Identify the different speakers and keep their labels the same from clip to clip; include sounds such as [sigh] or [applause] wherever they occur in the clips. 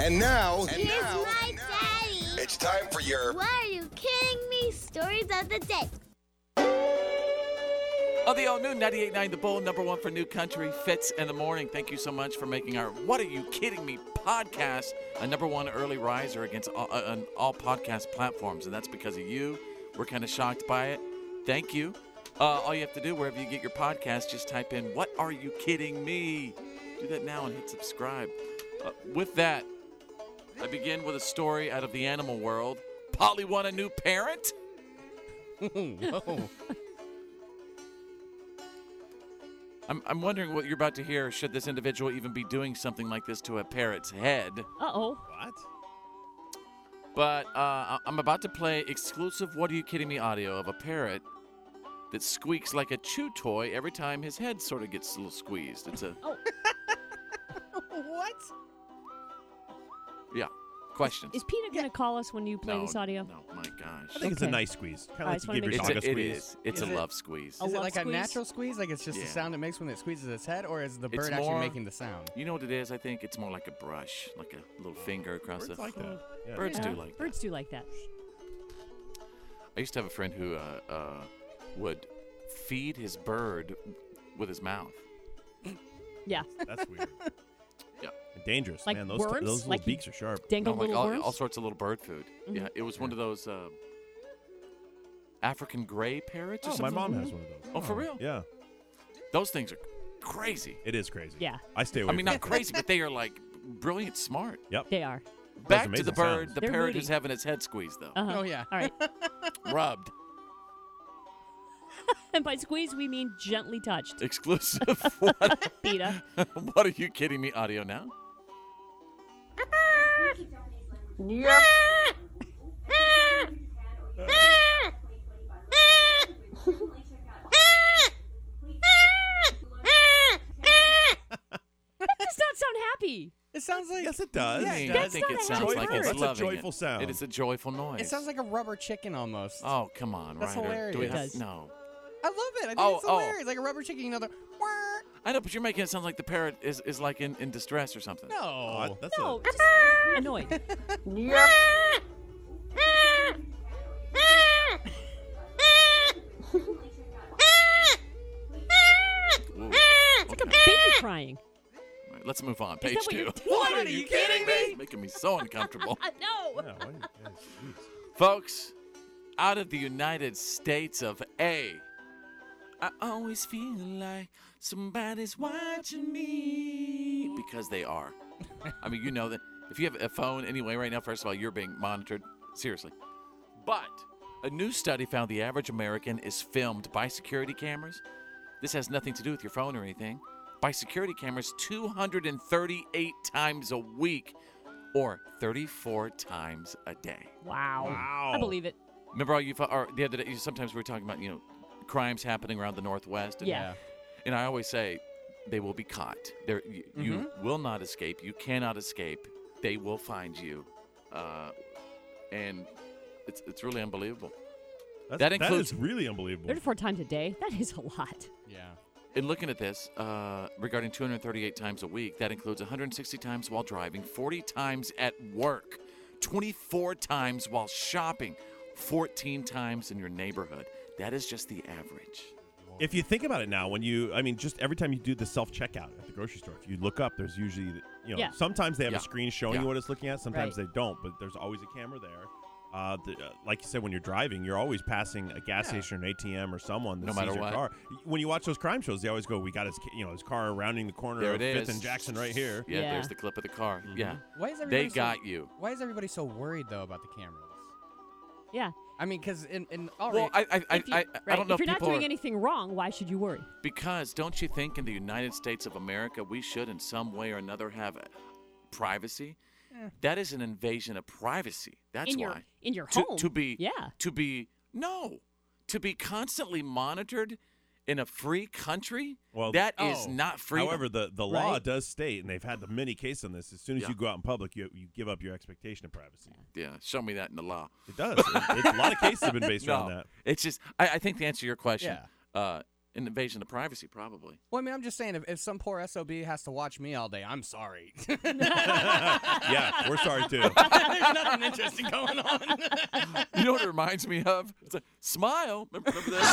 Speaker 1: And now,
Speaker 2: Here's my daddy.
Speaker 1: it's time for your.
Speaker 2: What are you kidding me? Stories of the day.
Speaker 3: Oh, the all new 98.9 The Bull, number one for new country, Fits in the Morning. Thank you so much for making our What Are You Kidding Me podcast a number one early riser against all, uh, on all podcast platforms. And that's because of you. We're kind of shocked by it. Thank you. Uh, all you have to do, wherever you get your podcast, just type in What Are You Kidding Me? Do that now and hit subscribe. Uh, with that, I begin with a story out of the animal world. Polly won a new parent?
Speaker 4: Whoa.
Speaker 3: I'm, I'm wondering what you're about to hear. Should this individual even be doing something like this to a parrot's head?
Speaker 5: Uh oh.
Speaker 4: what?
Speaker 3: But uh, I- I'm about to play exclusive What Are You Kidding Me audio of a parrot that squeaks like a chew toy every time his head sort of gets a little squeezed. It's a
Speaker 5: Oh,
Speaker 4: What?
Speaker 3: question.
Speaker 5: Is Peter going to call us when you play
Speaker 3: No,
Speaker 5: this audio?
Speaker 3: No, my gosh.
Speaker 4: I think it's a
Speaker 5: Okay.
Speaker 4: nice squeeze. Kind of
Speaker 5: I
Speaker 4: like
Speaker 5: just
Speaker 4: you
Speaker 5: wanna
Speaker 4: give your
Speaker 5: make
Speaker 3: It's a,
Speaker 4: dog a,
Speaker 3: it
Speaker 4: squeeze.
Speaker 3: is. It's
Speaker 6: Is
Speaker 3: a
Speaker 6: it-
Speaker 3: love squeeze.
Speaker 5: Oh.
Speaker 6: Is it
Speaker 5: love
Speaker 6: like a
Speaker 5: squeeze?
Speaker 6: natural squeeze? Like it's just
Speaker 3: Yeah.
Speaker 6: the sound it makes when it squeezes its head, or is the
Speaker 3: It's
Speaker 6: bird actually
Speaker 3: more-
Speaker 6: making the sound?
Speaker 3: You know what it is? I think it's more like a brush, like a little finger across
Speaker 4: Birds
Speaker 3: the.
Speaker 4: like that. Yeah.
Speaker 3: Birds
Speaker 5: Yeah.
Speaker 3: do like that.
Speaker 5: Birds do like that.
Speaker 3: I used to have a friend who uh, uh, would feed his bird with his mouth.
Speaker 5: Yeah.
Speaker 4: That's weird.
Speaker 3: Yeah.
Speaker 4: And dangerous,
Speaker 5: Like
Speaker 4: man. Those,
Speaker 5: worms?
Speaker 4: those little
Speaker 5: Like you-
Speaker 4: beaks are sharp.
Speaker 5: Dangle
Speaker 3: No, like
Speaker 5: little Mm-hmm.
Speaker 3: all,
Speaker 5: worms.
Speaker 3: all sorts of little bird food. Yeah, it was one of those uh, African gray parrots or
Speaker 4: Oh, my
Speaker 3: something.
Speaker 4: mom has one of those.
Speaker 3: Oh, for real?
Speaker 4: Yeah.
Speaker 3: Those things are crazy.
Speaker 4: It is crazy.
Speaker 5: Yeah.
Speaker 4: I stay away
Speaker 3: I mean,
Speaker 4: [laughs] from
Speaker 3: not crazy, but they are like brilliant, smart.
Speaker 5: they are.
Speaker 3: Back to the
Speaker 4: amazing
Speaker 3: bird,
Speaker 4: sounds.
Speaker 3: the
Speaker 5: They're
Speaker 3: parrot
Speaker 5: moody.
Speaker 3: who's having its head squeezed, though.
Speaker 5: Uh-huh.
Speaker 6: Oh, yeah.
Speaker 5: All
Speaker 4: [laughs]
Speaker 5: right. Uh-huh.
Speaker 3: [laughs] Rubbed.
Speaker 5: and by squeeze, we mean gently
Speaker 3: [laughs]
Speaker 5: touched.
Speaker 3: Exclusive. what,
Speaker 5: Peta.
Speaker 3: [laughs] what are you kidding me? Audio now?
Speaker 2: Ah!
Speaker 5: That does not sound happy.
Speaker 6: It sounds like
Speaker 4: Yes, it does.
Speaker 6: Yeah,
Speaker 3: I
Speaker 6: it
Speaker 3: mean, I
Speaker 6: does.
Speaker 3: think it
Speaker 5: not a
Speaker 3: sounds
Speaker 5: happy
Speaker 3: like
Speaker 5: bird.
Speaker 3: it's
Speaker 4: That's a
Speaker 3: loving
Speaker 4: joyful
Speaker 3: it.
Speaker 4: sound.
Speaker 3: It is a joyful noise.
Speaker 6: It sounds like a rubber chicken almost.
Speaker 3: Oh, come on,
Speaker 6: That's
Speaker 3: Ryder. Do we
Speaker 6: hilarious.
Speaker 3: have-
Speaker 5: It does.
Speaker 3: No.
Speaker 6: I love it. I think
Speaker 3: Oh,
Speaker 6: it's
Speaker 3: oh.
Speaker 6: hilarious. Like a rubber chicken, you know, the
Speaker 3: I know, but you're making it sound like the parrot is, is like in, in distress or something.
Speaker 6: No.
Speaker 4: Oh, I- that's
Speaker 5: No,
Speaker 4: a,
Speaker 5: just annoyed.
Speaker 3: Ooh.
Speaker 5: It's like a baby crying.
Speaker 3: All right, let's move on.
Speaker 5: Is
Speaker 3: Page
Speaker 5: that what
Speaker 3: two.
Speaker 5: you're doing?
Speaker 6: are you kidding me?
Speaker 3: making me so uncomfortable.
Speaker 5: I know.
Speaker 4: yeah, why- yeah, jeez.
Speaker 3: Folks, out of the United States of A, I always feel like somebody's watching me because they are. I mean, you know that if you have a phone anyway right now, first of all, you're being monitored seriously. But a new study found the average American is filmed by security cameras. This has nothing to do with your phone or anything. By security cameras 238 times a week or 34 times a day.
Speaker 5: Wow.
Speaker 4: [laughs] Wow.
Speaker 5: I believe it.
Speaker 3: Remember all you fo- or the other day? You, sometimes we were talking about you know crimes happening around the Northwest. And,
Speaker 5: Yeah.
Speaker 3: And I always say they will be caught. There, you, you will not escape. You cannot escape. They will find you. Uh, and it's it's really unbelievable.
Speaker 4: That's,
Speaker 3: That includes-
Speaker 4: that is really unbelievable.
Speaker 5: 34 times a day. That is a lot.
Speaker 6: Yeah.
Speaker 3: In looking at this, uh, regarding 238 times a week, that includes 160 times while driving, 40 times at work, 24 times while shopping, 14 times in your neighborhood. That is just the average.
Speaker 4: If you think about it now, when you, I mean, just every time you do the self checkout at the grocery store, if you look up, there's usually, you know,
Speaker 5: Yeah.
Speaker 4: sometimes they have
Speaker 3: Yeah.
Speaker 4: a screen showing
Speaker 3: Yeah.
Speaker 4: you what it's looking at, sometimes they don't, but there's always a camera there. Uh, the, uh, like you said, when you're driving, you're always passing a gas station or an ATM or someone that
Speaker 3: No
Speaker 4: sees
Speaker 3: matter
Speaker 4: your
Speaker 3: what.
Speaker 4: car. When you watch those crime shows, they always go, "We got his, ca- you know, his car rounding the corner
Speaker 3: There
Speaker 4: of
Speaker 3: it is.
Speaker 4: Fifth and Jackson right here." Mm-hmm.
Speaker 3: Yeah,
Speaker 5: Yeah.
Speaker 3: there's the clip of the car. Yeah.
Speaker 6: Why is everybody
Speaker 3: They
Speaker 6: so-
Speaker 3: got you.
Speaker 6: Why is everybody so worried though about the cameras?
Speaker 5: Yeah.
Speaker 6: I mean, because in, in all
Speaker 3: Well,
Speaker 6: right-
Speaker 3: I, I, I,
Speaker 5: If you-
Speaker 3: I, I
Speaker 5: right,
Speaker 3: don't know
Speaker 5: if you're not
Speaker 3: people
Speaker 5: doing
Speaker 3: are-
Speaker 5: anything wrong, why should you worry?
Speaker 3: because don't you think in the United States of America we should in some way or another have privacy? That is an invasion of privacy. That's
Speaker 5: Eh. in
Speaker 3: why.
Speaker 5: your in your
Speaker 3: to,
Speaker 5: home.
Speaker 3: to be
Speaker 5: Yeah.
Speaker 3: to be no to be constantly monitored in a free country
Speaker 4: Well,
Speaker 3: that is
Speaker 6: oh,
Speaker 3: not free
Speaker 4: However, the, the law
Speaker 5: Right.
Speaker 4: does state, and they've had the many case on this. As soon as
Speaker 3: Yeah.
Speaker 4: you go out in public, you, you give up your expectation of privacy.
Speaker 3: yeah show me that in the law [laughs]
Speaker 4: It does. It- it's- a lot of cases have been based around that.
Speaker 3: It's just I, I think to answer your question, uh, An invasion of privacy, probably.
Speaker 6: Well, I mean, I'm just saying, if, if some poor SOB has to watch me all day, I'm sorry. [laughs] There's
Speaker 4: yeah, we're
Speaker 5: [laughs]
Speaker 4: sorry too.
Speaker 6: nothing interesting going on.
Speaker 3: You know what it reminds me of? It's a smile. Remember, remember this?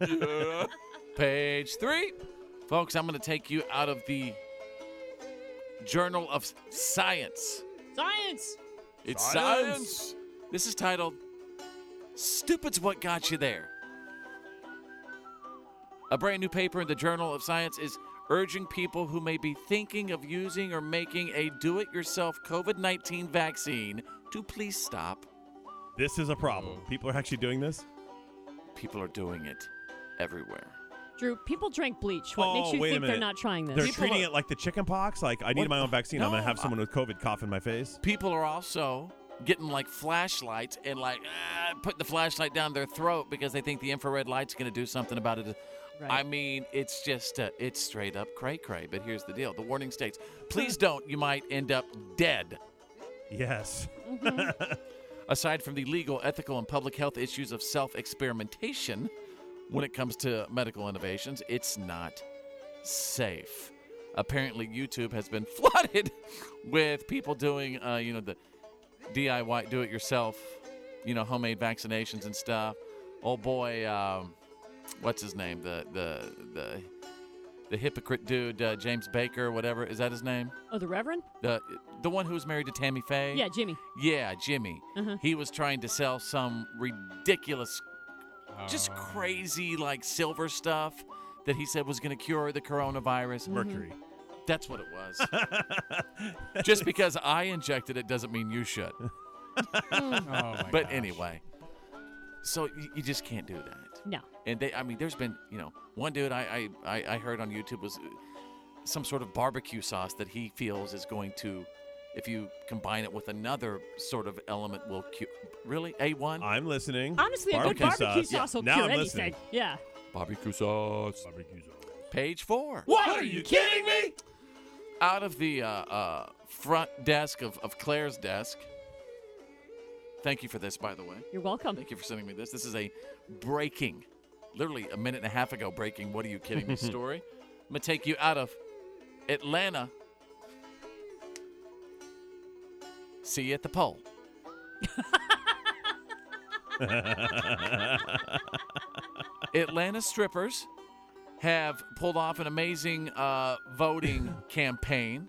Speaker 3: Yeah. [laughs] Page three. Folks, I'm going to take you out of the Journal of Science.
Speaker 5: Science.
Speaker 3: It's
Speaker 4: Science.
Speaker 3: science. This is titled Stupid's What Got You There. A brand new paper in the Journal of Science is urging people who may be thinking of using or making a do it yourself COVID 19 vaccine to please stop.
Speaker 4: this is a problem.
Speaker 3: Oh.
Speaker 4: People are actually doing this.
Speaker 3: People are doing it everywhere.
Speaker 5: Drew, people drink bleach. What
Speaker 4: Oh,
Speaker 5: makes you
Speaker 4: wait a
Speaker 5: think they're
Speaker 4: minute.
Speaker 5: not trying this?
Speaker 4: They're
Speaker 3: People
Speaker 4: treating
Speaker 3: are-
Speaker 4: it like the chicken pox. Like I need
Speaker 3: What
Speaker 4: my own
Speaker 3: the-
Speaker 4: vaccine. I'm gonna
Speaker 3: No,
Speaker 4: have
Speaker 3: I-
Speaker 4: someone with COVID cough in my face.
Speaker 3: People are also getting like flashlights and like ah, putting the flashlight down their throat because they think the infrared light's going to do something about it.
Speaker 5: Right.
Speaker 3: I mean, it's just uh, it's straight up cray cray. But here's the deal: the warning states, please don't. You might end up dead.
Speaker 4: Yes.
Speaker 3: Aside from the legal, ethical, and public health issues of self experimentation, when it comes to medical innovations, it's not safe. Apparently, YouTube has been [laughs] flooded with people doing, uh, you know, the DIY, do it yourself, you know, homemade vaccinations and stuff. Oh boy, um, what's his name? The the the the hypocrite dude, uh, James Baker, whatever is that his name?
Speaker 5: oh, the Reverend?
Speaker 3: The the one who was married to Tammy Faye.
Speaker 5: Yeah, Jimmy.
Speaker 3: Yeah, Jimmy.
Speaker 6: Mm-hmm.
Speaker 3: He was trying to sell some ridiculous,
Speaker 6: Oh.
Speaker 3: just crazy, like silver stuff that he said was going to cure the
Speaker 6: Mm-hmm.
Speaker 3: coronavirus.
Speaker 5: Mm-hmm.
Speaker 4: Mercury.
Speaker 3: That's what it was.
Speaker 6: [laughs]
Speaker 3: just because I injected it doesn't mean you should.
Speaker 6: Oh, my
Speaker 3: But
Speaker 6: gosh.
Speaker 3: anyway, so you, you just can't do that.
Speaker 5: No.
Speaker 3: And they, I mean, there's been, you know, one dude I, I, I, I heard on YouTube was uh, some sort of barbecue sauce that he feels is going to, if you combine it with another sort of element, will cure. Really? A1?
Speaker 4: I'm listening.
Speaker 5: Honestly, a good barbecue sauce, will
Speaker 4: now
Speaker 5: cure
Speaker 4: I'm
Speaker 5: anything.
Speaker 4: listening.
Speaker 5: Yeah.
Speaker 3: Barbecue sauce.
Speaker 4: Barbecue sauce.
Speaker 3: Page four.
Speaker 6: What? Are you kidding me?
Speaker 3: Out of the uh, uh, front desk of, of Claire's desk. Thank you for this, by the way.
Speaker 5: You're
Speaker 3: [laughs]
Speaker 5: welcome.
Speaker 3: Thank you for sending me this. This is a breaking, literally a minute and a half ago breaking. What are you kidding me? Story. I'm gonna take you out of Atlanta. See you at the poll. Atlanta strippers have pulled off an amazing uh, voting campaign.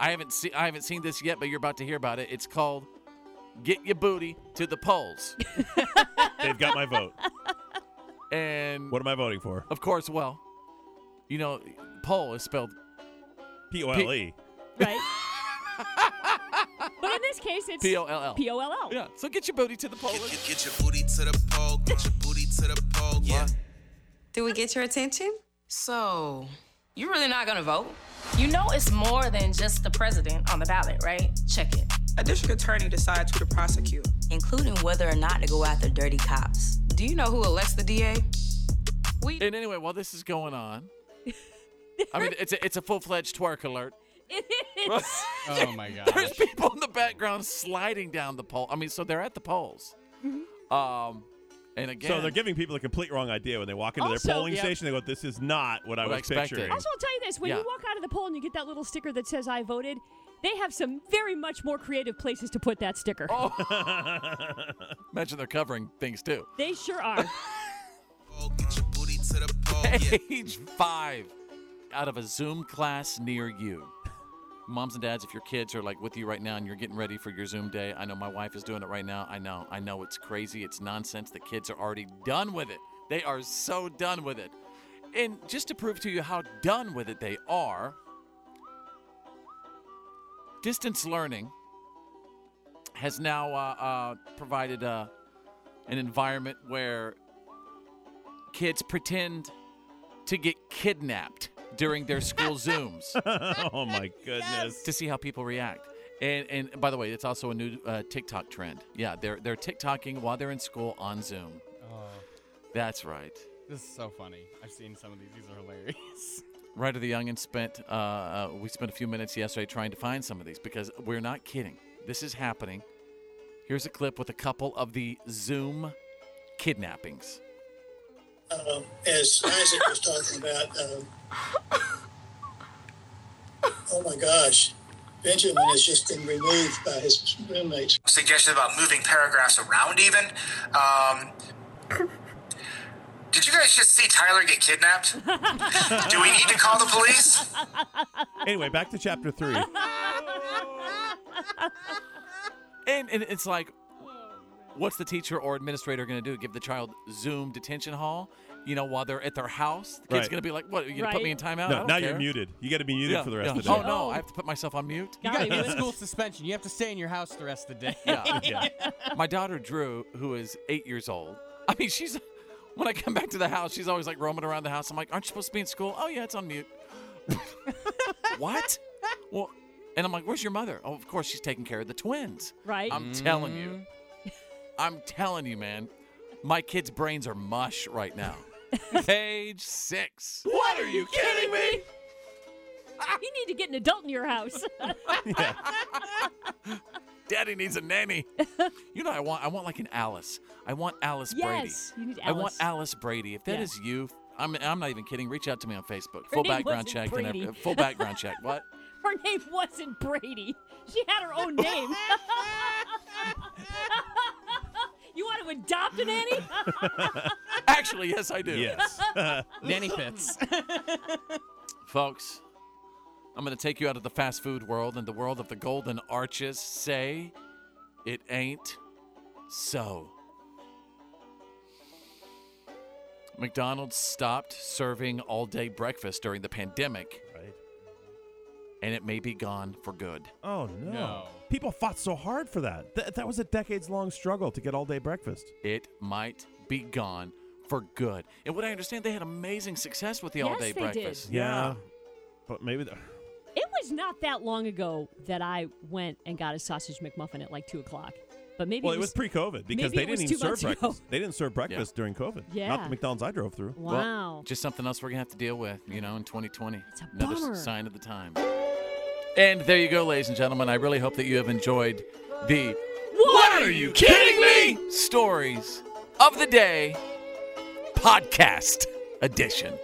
Speaker 3: I haven't seen I haven't seen this yet, but you're about to hear about it. It's called "Get Your Booty to the Polls,"
Speaker 4: They've got
Speaker 5: [laughs]
Speaker 4: my vote.
Speaker 3: and
Speaker 4: What am I voting for?
Speaker 3: of course, well, you know, poll is spelled
Speaker 4: P O L E.
Speaker 5: Right? but in this case, it's
Speaker 3: P O L L.
Speaker 5: P O L L.
Speaker 3: Yeah, so get your booty to the poll.
Speaker 1: Get, get your booty to the pole. Get your booty to the pole. Yeah.
Speaker 7: Did we get your attention?
Speaker 8: So, you're really not gonna vote? You know it's more than just the president on the ballot, right? Check it.
Speaker 9: A district attorney decides who to prosecute.
Speaker 7: Including whether or not to go after dirty cops.
Speaker 8: Do you know who elects the DA? We
Speaker 3: And anyway, while this is going
Speaker 5: [laughs]
Speaker 3: on, I mean, it's a, it's a full fledged twerk alert.
Speaker 5: It is.
Speaker 6: Oh [laughs] my gosh.
Speaker 3: There's people in the background sliding down the pole. I mean, so they're at the polls.
Speaker 5: Mm-hmm.
Speaker 3: Um, and again,
Speaker 4: So they're giving people a complete wrong idea when they walk into
Speaker 5: Also-
Speaker 4: their polling
Speaker 5: Yeah.
Speaker 4: station. They go, "This is not what I
Speaker 3: What I
Speaker 4: was
Speaker 3: expected.
Speaker 4: picturing."
Speaker 5: Also, I'll tell you this: when
Speaker 3: Yeah.
Speaker 5: you walk out of the poll and you get that little sticker that says "I voted," they have some very much more creative places to put that sticker.
Speaker 3: Oh. imagine they're covering things too.
Speaker 5: They
Speaker 3: [laughs]
Speaker 5: sure are.
Speaker 1: Pole. Get your booty to the pole. Yeah.
Speaker 3: Page five out of a Zoom class near you. Moms and dads, if your kids are like with you right now and you're getting ready for your Zoom day, I know my wife is doing it right now. I know, I know it's crazy. It's nonsense. The kids are already done with it. They are so done with it. And just to prove to you how done with it they are, distance learning has now uh, uh, provided uh, an environment where kids pretend to get kidnapped during their school Zooms
Speaker 4: [laughs]
Speaker 5: [laughs]
Speaker 4: oh my goodness!
Speaker 3: to see how people react. And and by the way, it's also a new uh, TikTok trend. Yeah, they're they're TikToking while they're in school on Zoom. That's right.
Speaker 6: This is so funny. I've seen some of these. These are hilarious. [laughs]
Speaker 3: Right of the Youngin spent uh, uh, we spent a few minutes yesterday trying to find some of these because we're not kidding. This is happening Here's a clip with a couple of the Zoom kidnappings.
Speaker 10: um, as Isaac was talking about, um, oh my gosh, Benjamin has just been removed by his roommates.
Speaker 11: suggestion about moving paragraphs around even. Um, did you guys just see Tyler get kidnapped? Do we need to call the police?
Speaker 4: Anyway, back to
Speaker 5: [laughs]
Speaker 4: chapter three.
Speaker 3: And, and it's like, what's the teacher or administrator going to do? Give the child Zoom detention hall? You know, while they're at their house, the kid's
Speaker 4: Right.
Speaker 3: going to be like, "What? You gonna put me in
Speaker 5: Right.
Speaker 3: timeout?" I
Speaker 4: no,
Speaker 3: don't
Speaker 4: now you're
Speaker 3: care.
Speaker 4: muted. You got to be muted
Speaker 3: Yeah,
Speaker 4: for the rest
Speaker 3: yeah.
Speaker 4: of the day.
Speaker 3: Oh no, I have to put myself on
Speaker 4: [laughs]
Speaker 3: mute.
Speaker 6: You got
Speaker 5: Golly,
Speaker 6: a
Speaker 5: Lewis.
Speaker 6: [laughs] school suspension. You have to stay in your house the rest of the day.
Speaker 3: Yeah. [laughs] My daughter Drew, who is eight years old, I mean, she's when I come back to the house, she's always like roaming around the house. I'm like, aren't you supposed to be in school? Oh yeah, it's on mute. [laughs] what? Well, and I'm like, where's your mother? Oh, of course, she's taking care of the twins.
Speaker 5: Right.
Speaker 3: I'm telling you, [laughs] I'm telling you, man, my kids' brains are mush right now. Page six. What are you kidding me?
Speaker 5: [laughs] you need to get an adult in your house. [laughs]
Speaker 3: Daddy needs a nanny. you know, I want I want like an Alice. I want Alice Brady.
Speaker 5: Yes, you need
Speaker 3: I want
Speaker 5: Alice.
Speaker 3: Alice Brady. If that
Speaker 5: Yeah.
Speaker 3: is you, I'm I'm not even kidding. Reach out to me on Facebook.
Speaker 5: Her
Speaker 3: full
Speaker 5: name
Speaker 3: background
Speaker 5: wasn't
Speaker 3: check. and
Speaker 5: Brady.
Speaker 3: every- full background check. What?
Speaker 5: her name wasn't Brady. She had her own name. [laughs] you want to adopt a nanny?
Speaker 3: Actually, yes, I do.
Speaker 4: Yes.
Speaker 6: [laughs] Nanny Fitz.
Speaker 3: Folks, I'm going to take you out of the fast food world and the world of the golden arches. Say it ain't so. McDonald's stopped serving all day breakfast during the pandemic,
Speaker 4: Right.
Speaker 3: and it may be gone for good.
Speaker 4: Oh no.
Speaker 6: No.
Speaker 4: People fought so hard for that. Th- that was a decades long struggle to get all day breakfast.
Speaker 3: It might be gone for good. And what I understand, they had amazing success with the
Speaker 5: Yes,
Speaker 3: all day
Speaker 5: they did.
Speaker 3: breakfast.
Speaker 4: But maybe the-
Speaker 5: It was not that long ago that I went and got a sausage McMuffin at like two o'clock. But maybe
Speaker 4: well,
Speaker 5: it was,
Speaker 4: pre-COVID because
Speaker 5: maybe
Speaker 4: they
Speaker 5: it was
Speaker 4: didn't
Speaker 5: two
Speaker 4: even serve
Speaker 5: months ago.
Speaker 4: breakfast. They didn't serve breakfast during COVID.
Speaker 5: Yeah.
Speaker 4: Not the McDonald's I drove through.
Speaker 5: wow.
Speaker 3: Well, just something else we're going to have to deal with, you know, in 2020.
Speaker 5: It's a
Speaker 3: Another s-
Speaker 5: bummer.
Speaker 3: sign of the time. And there you go, ladies and gentlemen. I really hope that you have enjoyed the What Are You Kidding Me? Stories of the Day podcast edition.